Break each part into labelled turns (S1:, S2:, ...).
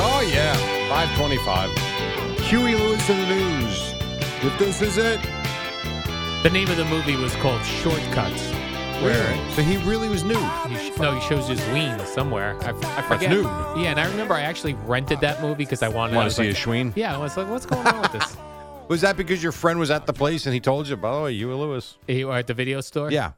S1: Oh, yeah. 525. Huey Lewis and the News. If this is it.
S2: The name of the movie was called Shortcuts.
S1: Where? So he really was new.
S2: He sh- no, he shows his ween somewhere. I, I forget.
S1: nude.
S2: Yeah, and I remember I actually rented that movie because I wanted. I
S1: Want to
S2: was
S1: see
S2: like,
S1: a Schween?
S2: Yeah, I was like, what's going on with this?
S1: Was that because your friend was at the place and he told you, by the way, Huey Lewis?
S2: You were at the video store.
S1: Yeah.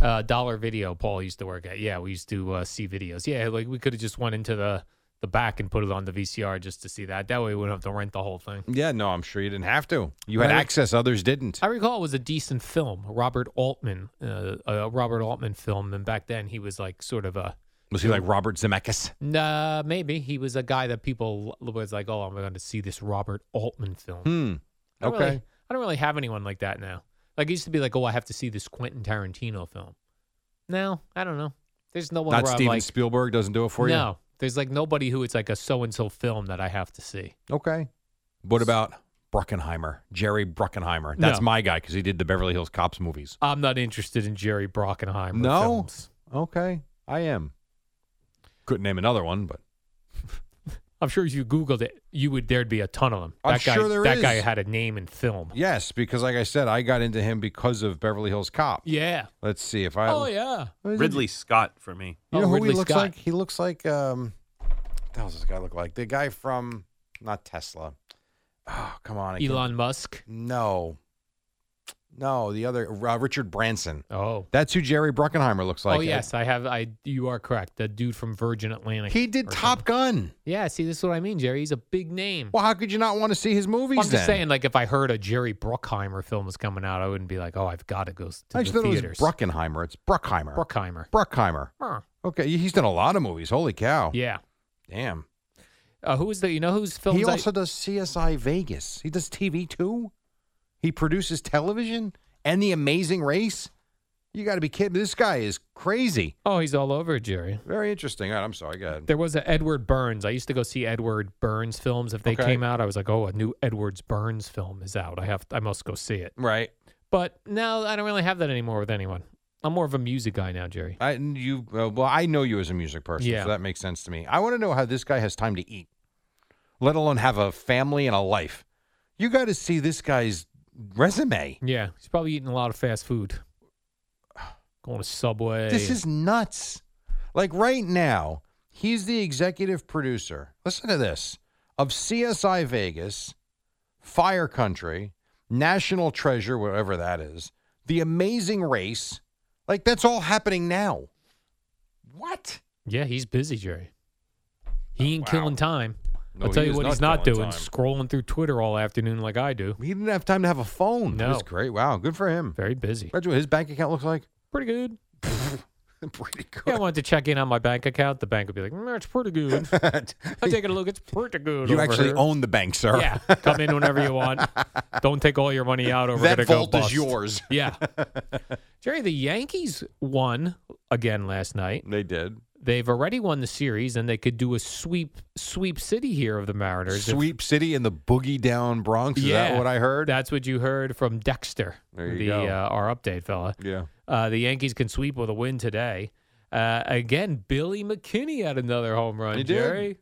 S2: uh, Dollar Video. Paul used to work at. Yeah, we used to uh, see videos. Yeah, like we could have just went into the the back and put it on the VCR just to see that. That way we wouldn't have to rent the whole thing.
S1: Yeah, no, I'm sure you didn't have to. You had
S2: Right.
S1: access, others didn't.
S2: I recall it was a decent film, Robert Altman, uh, a Robert Altman film, and back then he was like sort of a
S1: Was he like Robert Zemeckis?
S2: Nah, maybe he was a guy that people l- was like, "Oh, I'm going to see this Robert Altman film."
S1: Hmm.
S2: I don't
S1: okay.
S2: really, I don't really have anyone like that now. Like it used to be like, "Oh, I have to see this Quentin Tarantino film." No, I don't know. There's no one
S1: Not
S2: where
S1: Steven
S2: I'm like,
S1: Spielberg doesn't do it for
S2: no. There's like nobody who it's like a so and so film that I have to see.
S1: you? Okay. What about Bruckenheimer? Jerry Bruckenheimer.
S2: No.
S1: That's my guy because he did the Beverly Hills Cops movies.
S2: I'm not interested in Jerry Brockenheimer.
S1: No?
S2: films.
S1: Okay. I am. Couldn't name another one, but
S2: I'm sure if you Googled it, you would there'd be a ton of them.
S1: I'm
S2: that guy,
S1: sure there
S2: that
S1: is.
S2: guy had a name in film.
S1: yes, because like I said, I got into him because of Beverly Hills Cop.
S2: Yeah.
S1: Let's see if I.
S2: Oh yeah.
S1: What is it?
S3: Ridley Scott for me.
S1: You know
S2: Oh,
S1: who
S2: Ridley
S1: he looks
S2: Scott.
S1: like? He looks like um what the hell does this guy look like? The guy from not Tesla. Oh, come on. I can't-
S2: Elon Musk.
S1: No. No, the other uh, Richard Branson.
S2: Oh.
S1: That's who Jerry Bruckenheimer looks like.
S2: oh yes, I have. I you are correct. The dude from Virgin Atlantic.
S1: He did
S2: or
S1: Top
S2: something.
S1: Gun.
S2: Yeah, see, this is what I mean, Jerry. He's a big name.
S1: Well, how could you not want to see his movies
S2: I'm just
S1: then?
S2: saying, like, if I heard a Jerry Bruckheimer film was coming out, I wouldn't be like, "Oh, I've got to go s- to
S1: I
S2: the
S1: just thought
S2: theaters."
S1: it was Bruckenheimer. It's Bruckheimer.
S2: Bruckheimer.
S1: Bruckheimer.
S2: Huh.
S1: Okay, he's done a lot of movies. Holy cow.
S2: Yeah.
S1: Damn.
S2: Uh, who is the? You know whose films?
S1: he
S2: I-
S1: also does CSI Vegas. He does TV too. He produces television and The Amazing Race. You got to be kidding! This guy is crazy.
S2: oh, he's all over it, Jerry.
S1: Very interesting. All right, I'm sorry. Go ahead.
S2: There was a Edward Burns. I used to go see Edward Burns films if they
S1: Okay.
S2: came out. I was like, "Oh, a new Edwards Burns film is out. I have. I must go see it."
S1: Right.
S2: But now I don't really have that anymore with anyone. I'm more of a music guy now, Jerry.
S1: I you uh, well, I know you as a music person,
S2: Yeah.
S1: so that makes sense to me. I want to know how this guy has time to eat, let alone have a family and a life. You got to see this guy's resume.
S2: Yeah, he's probably eating a lot of fast food. Going to Subway.
S1: This is nuts. Like right now, he's the executive producer. Listen to this of CSI Vegas, Fire Country, National Treasure, whatever that is, The Amazing Race. Like that's all happening now. What?
S2: Yeah, he's busy, Jerry. He ain't killing time.
S1: Oh, No,
S2: I'll tell
S1: he
S2: you
S1: is
S2: what
S1: not
S2: he's not
S1: killing
S2: doing:
S1: time.
S2: scrolling through Twitter all afternoon like I do.
S1: He didn't have time to have a phone. That
S2: No.
S1: was great. Wow, good for him.
S2: Very busy.
S1: Imagine what his bank account looks like.
S2: Pretty good.
S1: Pretty good.
S2: Yeah, I wanted to check in on my bank account. The bank would be like, mm, "It's pretty good." I take a look. It's pretty good.
S1: you
S2: over
S1: actually
S2: here."
S1: own the bank, sir.
S2: Yeah, come in whenever you want. Don't take all your money out, or we're
S1: That
S2: gonna
S1: vault
S2: go bust.
S1: is yours.
S2: Yeah, Jerry. The Yankees won again last night.
S1: They did.
S2: They've already won the series, and they could do a sweep sweep city here of the Mariners. if-
S1: Sweep City and the Boogie Down Bronx. Is that what I heard?
S2: That's what you heard from Dexter,
S1: There you
S2: the
S1: go.
S2: Uh, our update fella.
S1: yeah.
S2: Uh, the Yankees can sweep with a win today. Uh, again, Billy McKinney had another home run.
S1: He did.
S2: Jerry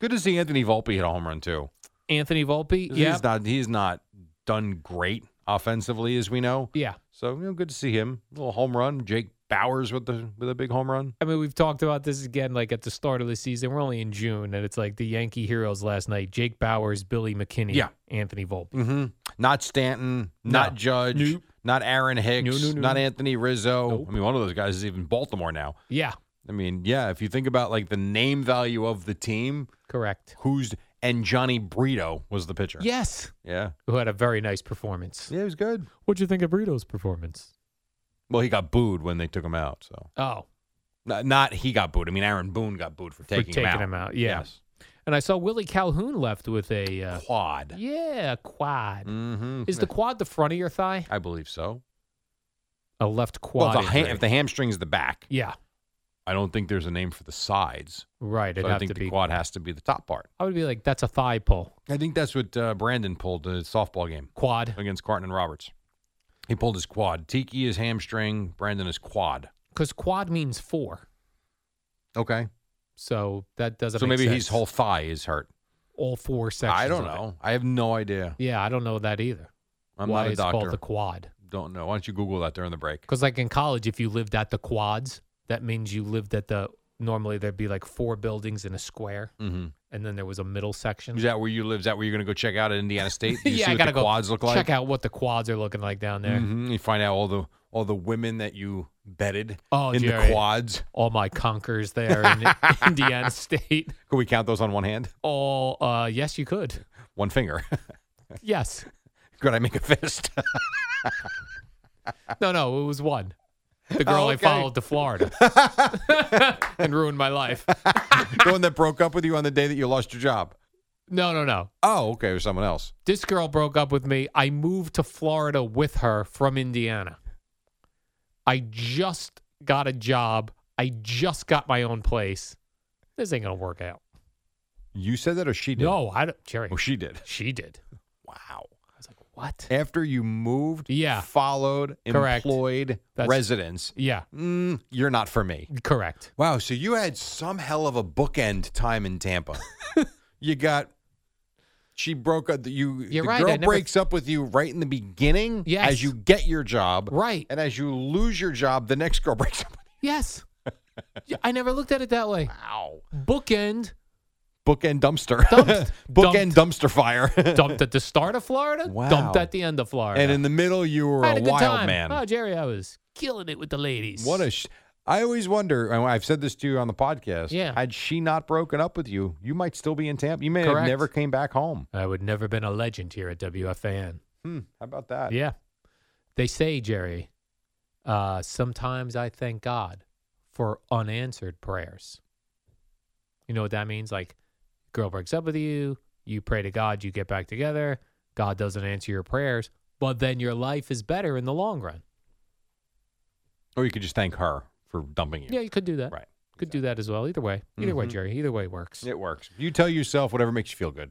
S1: Good to see Anthony Volpe hit a home run too.
S2: Anthony Volpe, yeah,
S1: He's not he's not done great offensively as we know.
S2: yeah.
S1: So you know, good to see him. little home run. Jake Bowers with the with a big home run.
S2: I mean, we've talked about this again, like at the start of the season. We're only in June, and it's like the Yankee heroes last night: Jake Bowers, Billy McKinney,
S1: Yeah.
S2: Anthony Volpe.
S1: Mm-hmm. Not Stanton. Not
S2: No.
S1: Judge.
S2: Nope.
S1: Not Aaron Hicks.
S2: No, no, no.
S1: Not Anthony Rizzo.
S2: Nope.
S1: I mean, one of those guys is even Baltimore now.
S2: Yeah,
S1: I mean, yeah. If you think about like the name value of the team,
S2: correct.
S1: who's and Johnny Brito was the pitcher.
S2: Yes.
S1: Yeah.
S2: Who had a very nice performance.
S1: Yeah, he was good.
S2: What'd you think of Brito's performance?
S1: Well, he got booed when they took him out. So
S2: Oh,
S1: not, not he got booed. I mean, Aaron Boone got booed for taking,
S2: for taking him out. Yeah.
S1: Yes.
S2: And I saw Willie Calhoun left with a uh,
S1: Quad.
S2: yeah quad.
S1: Mm-hmm.
S2: Is the quad the front of your thigh?
S1: I believe so.
S2: A left
S1: Well,
S2: quad.
S1: the ha-
S2: injury.
S1: if the hamstring's the back,
S2: yeah,
S1: I don't think there's a name for the sides.
S2: right. It'd
S1: So I
S2: have
S1: think
S2: to
S1: the
S2: be.
S1: quad has to be the top part.
S2: I would be like, that's a thigh pull.
S1: I think that's what uh, Brandon pulled the softball game
S2: Quad.
S1: against Carton and Roberts. He pulled his quad. Tiki is hamstring. Brandon is quad.
S2: Because quad means four.
S1: Okay.
S2: So that doesn't
S1: so
S2: make
S1: maybe
S2: sense.
S1: his whole thigh is hurt.
S2: all four sections.
S1: I don't
S2: of it.
S1: know. I have no idea.
S2: Yeah, I don't know that either.
S1: I'm
S2: Why
S1: not a
S2: it's called
S1: doctor.
S2: the quad.
S1: Don't know. Why don't you Google that during the break?
S2: Because like in college, if you lived at the quads, that means you lived at the normally there'd be like four buildings in a square,
S1: Mm-hmm.
S2: and then there was a middle section.
S1: Is that where you live? Is that where you're going to go check out at Indiana State? Do you
S2: yeah,
S1: see
S2: I
S1: what
S2: gotta
S1: the quads
S2: go
S1: look like?
S2: check out what the quads are looking like down there.
S1: hmm You find out all the all the women that you betted
S2: Oh,
S1: in
S2: Jerry.
S1: the quads.
S2: All my conkers there in Indiana State.
S1: Could we count those on one hand,
S2: All uh, yes, you could.
S1: one finger?
S2: Yes,
S1: Could I make a fist?
S2: no, no, it was one. The girl
S1: okay.
S2: I followed to Florida and ruined my life.
S1: the one that broke up with you on the day that you lost your job.
S2: No, no, no.
S1: Oh, okay, or someone else.
S2: this girl broke up with me. I moved to Florida with her from Indiana. I just got a job. I just got my own place. This ain't gonna work out.
S1: You said that, or she did?
S2: No, I don't. Jerry,
S1: oh, she did.
S2: she did.
S1: Wow.
S2: I was like, what?
S1: After you moved,
S2: Yeah.
S1: followed,
S2: Correct.
S1: employed
S2: That's-
S1: residence,
S2: Yeah,
S1: mm, you're not for me.
S2: correct.
S1: Wow, so you had some hell of a bookend time in Tampa. you got she broke up you
S2: You're
S1: the
S2: right,
S1: girl
S2: I never-
S1: breaks up with you right in the beginning
S2: Yes.
S1: as you get your job.
S2: Right.
S1: And as you lose your job, the next girl breaks up with
S2: Yes. Yeah, I never looked at it that way.
S1: you. Wow.
S2: Bookend
S1: Bookend dumpster.
S2: Dumped.
S1: Bookend dumpster fire.
S2: dumped at the start of Florida.
S1: Wow.
S2: Dumped at the end of Florida.
S1: and in the middle you were
S2: I had
S1: a,
S2: a good
S1: wild
S2: time.
S1: man.
S2: Oh, Jerry, I was killing it with the ladies.
S1: What a sh- I always wonder, and I've said this to you on the podcast.
S2: Yeah.
S1: Had she not broken up with you, you might still be in Tampa. You may have
S2: Correct.
S1: never came back home.
S2: I would never been a legend here at WFAN.
S1: Hmm. How about that?
S2: Yeah. They say, Jerry, uh, sometimes I thank God for unanswered prayers. You know what that means? Like, girl breaks up with you, you pray to God, you get back together, God doesn't answer your prayers, but then your life is better in the long run.
S1: Or you could just thank her for dumping you.
S2: Yeah, you could do that.
S1: Right.
S2: Could do that as well. Either way. Either way, Jerry. Either way works.
S1: It works. You tell yourself whatever makes you feel good.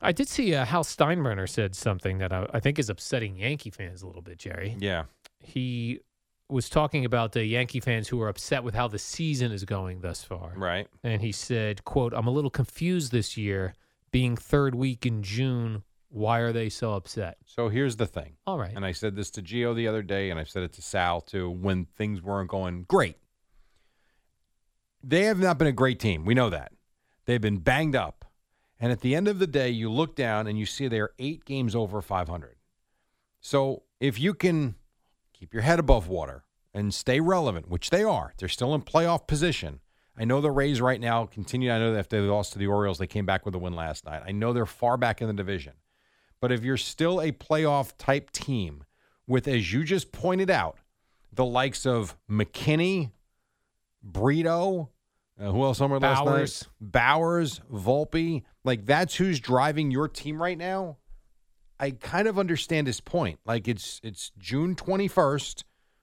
S2: I did see uh, Hal Steinbrenner said something that I, I think is upsetting Yankee fans a little bit, Jerry.
S1: Yeah.
S2: he was talking about the Yankee fans who are upset with how the season is going thus far.
S1: Right.
S2: And he said, quote, I'm a little confused this year, being third week in June. Why are they so upset?
S1: So here's the thing.
S2: All right.
S1: And I said this to Gio the other day, and I've said it to Sal too when things weren't going great. They have not been a great team. We know that. They've been banged up. And at the end of the day, you look down and you see they're eight games over 500. So if you can keep your head above water and stay relevant, which they are, they're still in playoff position. I know the Rays right now continue. I know that after they lost to the Orioles, they came back with a win last night. I know they're far back in the division. But if you're still a playoff type team with, as you just pointed out, the likes of McKinney, Brito, uh, who else somewhere last night?
S2: Bowers.
S1: Bowers, Volpe, like that's who's driving your team right now. I kind of understand his point. Like it's it's June 21st.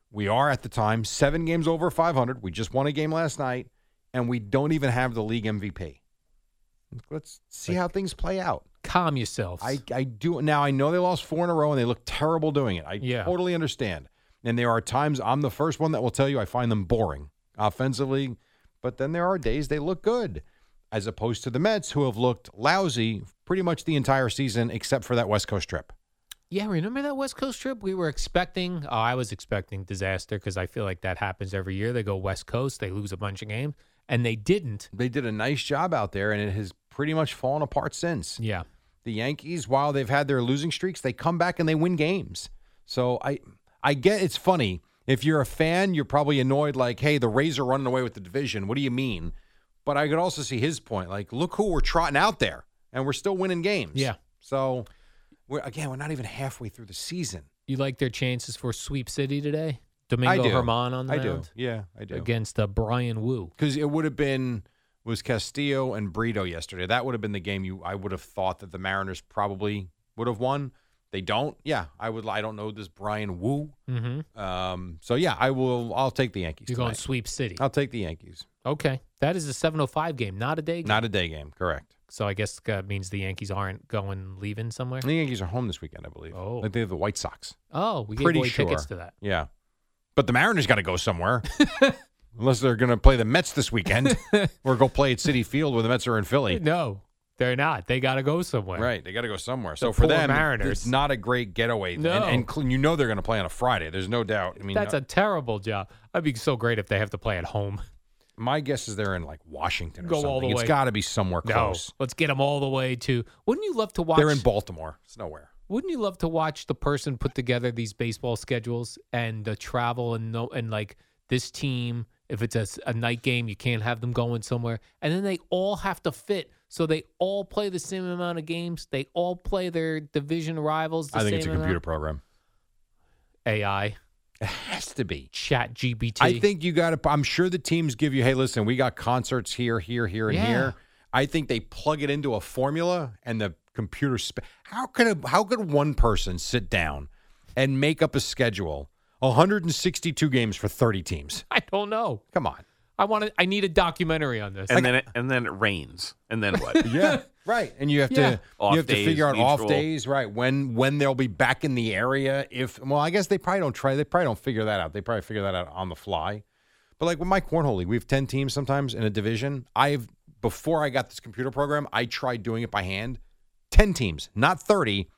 S1: We are at the time seven games over 500. We just won a game last night, and we don't even have the league MVP. Let's see how things play out.
S2: Calm yourselves.
S1: I, I do now. I know they lost four in a row and they look terrible doing it. I
S2: Yeah.
S1: totally understand. And there are times I'm the first one that will tell you I find them boring offensively, but then there are days they look good. as opposed to the Mets, who have looked lousy pretty much the entire season except for that West Coast trip.
S2: Yeah, remember that West Coast trip? We were expecting, oh, I was expecting disaster because I feel like that happens every year. They go West Coast, they lose a bunch of games, and they didn't.
S1: They did a nice job out there, and it has pretty much fallen apart since.
S2: Yeah.
S1: The Yankees, while they've had their losing streaks, they come back and they win games. So I, I get it's funny. If you're a fan, you're probably annoyed, like, hey, the Rays are running away with the division. What do you mean? But I could also see his point. Like, look who we're trotting out there, and we're still winning games.
S2: Yeah.
S1: So, we're again, we're not even halfway through the season.
S2: You like their chances for Sweep City today? Domingo
S1: I do.
S2: Herman on the
S1: I do.
S2: mound
S1: Yeah, I do.
S2: against uh, Brian Wu.
S1: because it would have been was Castillo and Brito yesterday. That would have been the game you I would have thought that the Mariners probably would have won. They don't. Yeah, I would. I don't know this Brian Wu.
S2: Mm-hmm.
S1: Um, so yeah, I will. I'll take the Yankees.
S2: You're going
S1: tonight.
S2: Sweep City.
S1: I'll take the Yankees.
S2: Okay. That is a 7.05 game, not a day game.
S1: Not a day game. Correct.
S2: so I guess that means the Yankees aren't going, leaving somewhere.
S1: The Yankees are home this weekend, I believe.
S2: Oh.
S1: like they have the White Sox.
S2: Oh, we gave
S1: Pretty
S2: away
S1: sure.
S2: tickets to that.
S1: Yeah, but the Mariners got to go somewhere. Unless they're going to play the Mets this weekend, or go play at City Field where the Mets are in Philly.
S2: No, they're not. They got to go somewhere.
S1: Right, they got to go somewhere. So
S2: The
S1: for
S2: poor
S1: them,
S2: Mariners.
S1: it's not a great getaway.
S2: No.
S1: and, and cl- you know they're going to play on a Friday. There's no doubt. I mean,
S2: That's
S1: uh,
S2: a terrible job. That'd be so great if they have to play at home.
S1: my guess is they're in like Washington. Or
S2: Go all
S1: something.
S2: the
S1: It's
S2: way.
S1: got to be somewhere close.
S2: No, let's get them all the way to. Wouldn't you love to watch?
S1: They're in Baltimore. It's nowhere.
S2: Wouldn't you love to watch the person put together these baseball schedules and the travel and no and like this team? If it's a, s- a night game, you can't have them going somewhere, and then they all have to fit. So they all play the same amount of games. They all play their division rivals. The
S1: I think it's a
S2: same amount.
S1: computer program.
S2: AI
S1: It has to be.
S2: chat GBT.
S1: I think you got to. I'm sure the teams give you, hey, listen, we got concerts here, here, here, and
S2: Yeah.
S1: here. I think they plug it into a formula and the computer. Sp- how could a, how could one person sit down and make up a schedule? 162 games for 30 teams.
S2: I don't know.
S1: Come on.
S2: I want to. I need a documentary on this.
S4: And then it, and then it rains. And then what?
S1: Yeah, right. And you have
S2: Yeah.
S1: to
S4: Off
S1: you have to
S4: days,
S1: figure out off
S4: neutral.
S1: days, right? When when they'll be back in the area. If well, I guess they probably don't try. They probably don't figure that out. They probably figure that out on the fly. But like with my cornhole league, we have ten teams sometimes in a division. I've before I got this computer program, I tried doing it by hand. Ten teams, not thirty.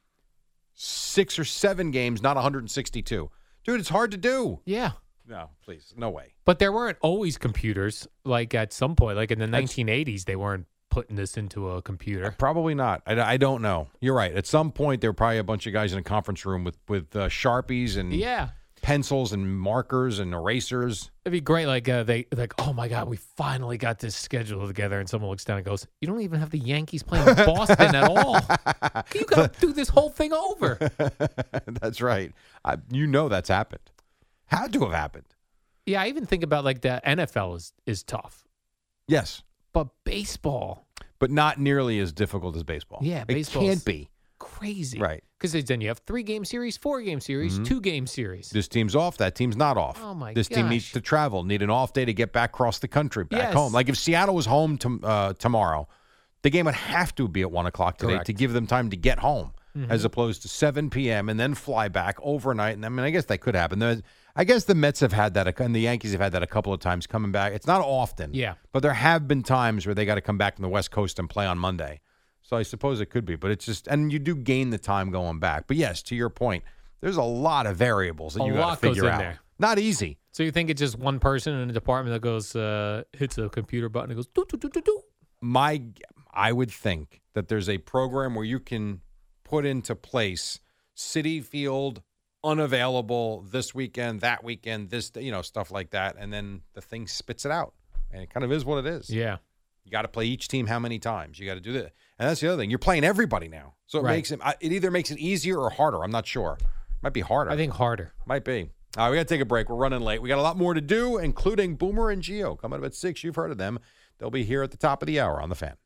S1: Six or seven games, not 162. Dude, it's hard to do.
S2: yeah.
S1: No, please, no way.
S2: But there weren't always computers. Like at some point, like in the
S1: That's-
S2: 1980s, they weren't putting this into a computer.
S1: Probably not. I, I don't know. You're right. At some point, there were probably a bunch of guys in a conference room with with uh, sharpies and
S2: Yeah,
S1: pencils and markers and erasers.
S2: it'd be great. Like uh, they like, oh my god, we finally got this schedule together. And someone looks down and goes, "You don't even have the Yankees playing Boston at all. You got to do this whole thing over."
S1: that's right. I, you know that's happened. Had to have happened.
S2: Yeah, I even think about like the NFL is is tough,
S1: Yes,
S2: but baseball
S1: but not nearly as difficult as baseball.
S2: Yeah,
S1: it
S2: baseball's-
S1: can't be.
S2: crazy,
S1: Right.
S2: Because then you have three game series, four game series, two game series.
S1: This team's off. That team's not off.
S2: Oh, my
S1: This team needs
S2: gosh.
S1: to travel. Need an off day to get back across the country, back
S2: Yes.
S1: home. Like if Seattle was home to, uh, tomorrow, the game would have to be at one o'clock today
S2: Correct. Mm-hmm.
S1: to give them time to get home, as opposed to seven p.m. and then fly back overnight. And I mean, I guess that could happen. There- I guess the Mets have had that, a- and the Yankees have had that a couple of times coming back. It's not often,
S2: Yeah.
S1: but there have been times where they got to come back from the West Coast and play on Monday. So I suppose it could be, but it's just, and you do gain the time going back. But yes, to your point, there's a lot of variables that
S2: A
S1: you got
S2: lot
S1: to
S2: goes
S1: figure
S2: in
S1: out.
S2: there.
S1: Not easy.
S2: So you think it's just one person in a department that goes uh, hits a computer button and goes do do do do do.
S1: My, I would think that there's a program where you can put into place city field unavailable this weekend, that weekend, this you know stuff like that, and then the thing spits it out, and it kind of is what it is.
S2: Yeah.
S1: You got to play each team how many times? You got to do that, and that's the other thing. You're playing everybody now, so it
S2: Right.
S1: makes it. I- It either makes it easier or harder. I'm not sure. Might be harder.
S2: I think harder.
S1: Might be. All right, we got to take a break. We're running late. We got a lot more to do, including Boomer and Geo. Coming up at six, you've heard of them. They'll be here at the top of the hour on the fan.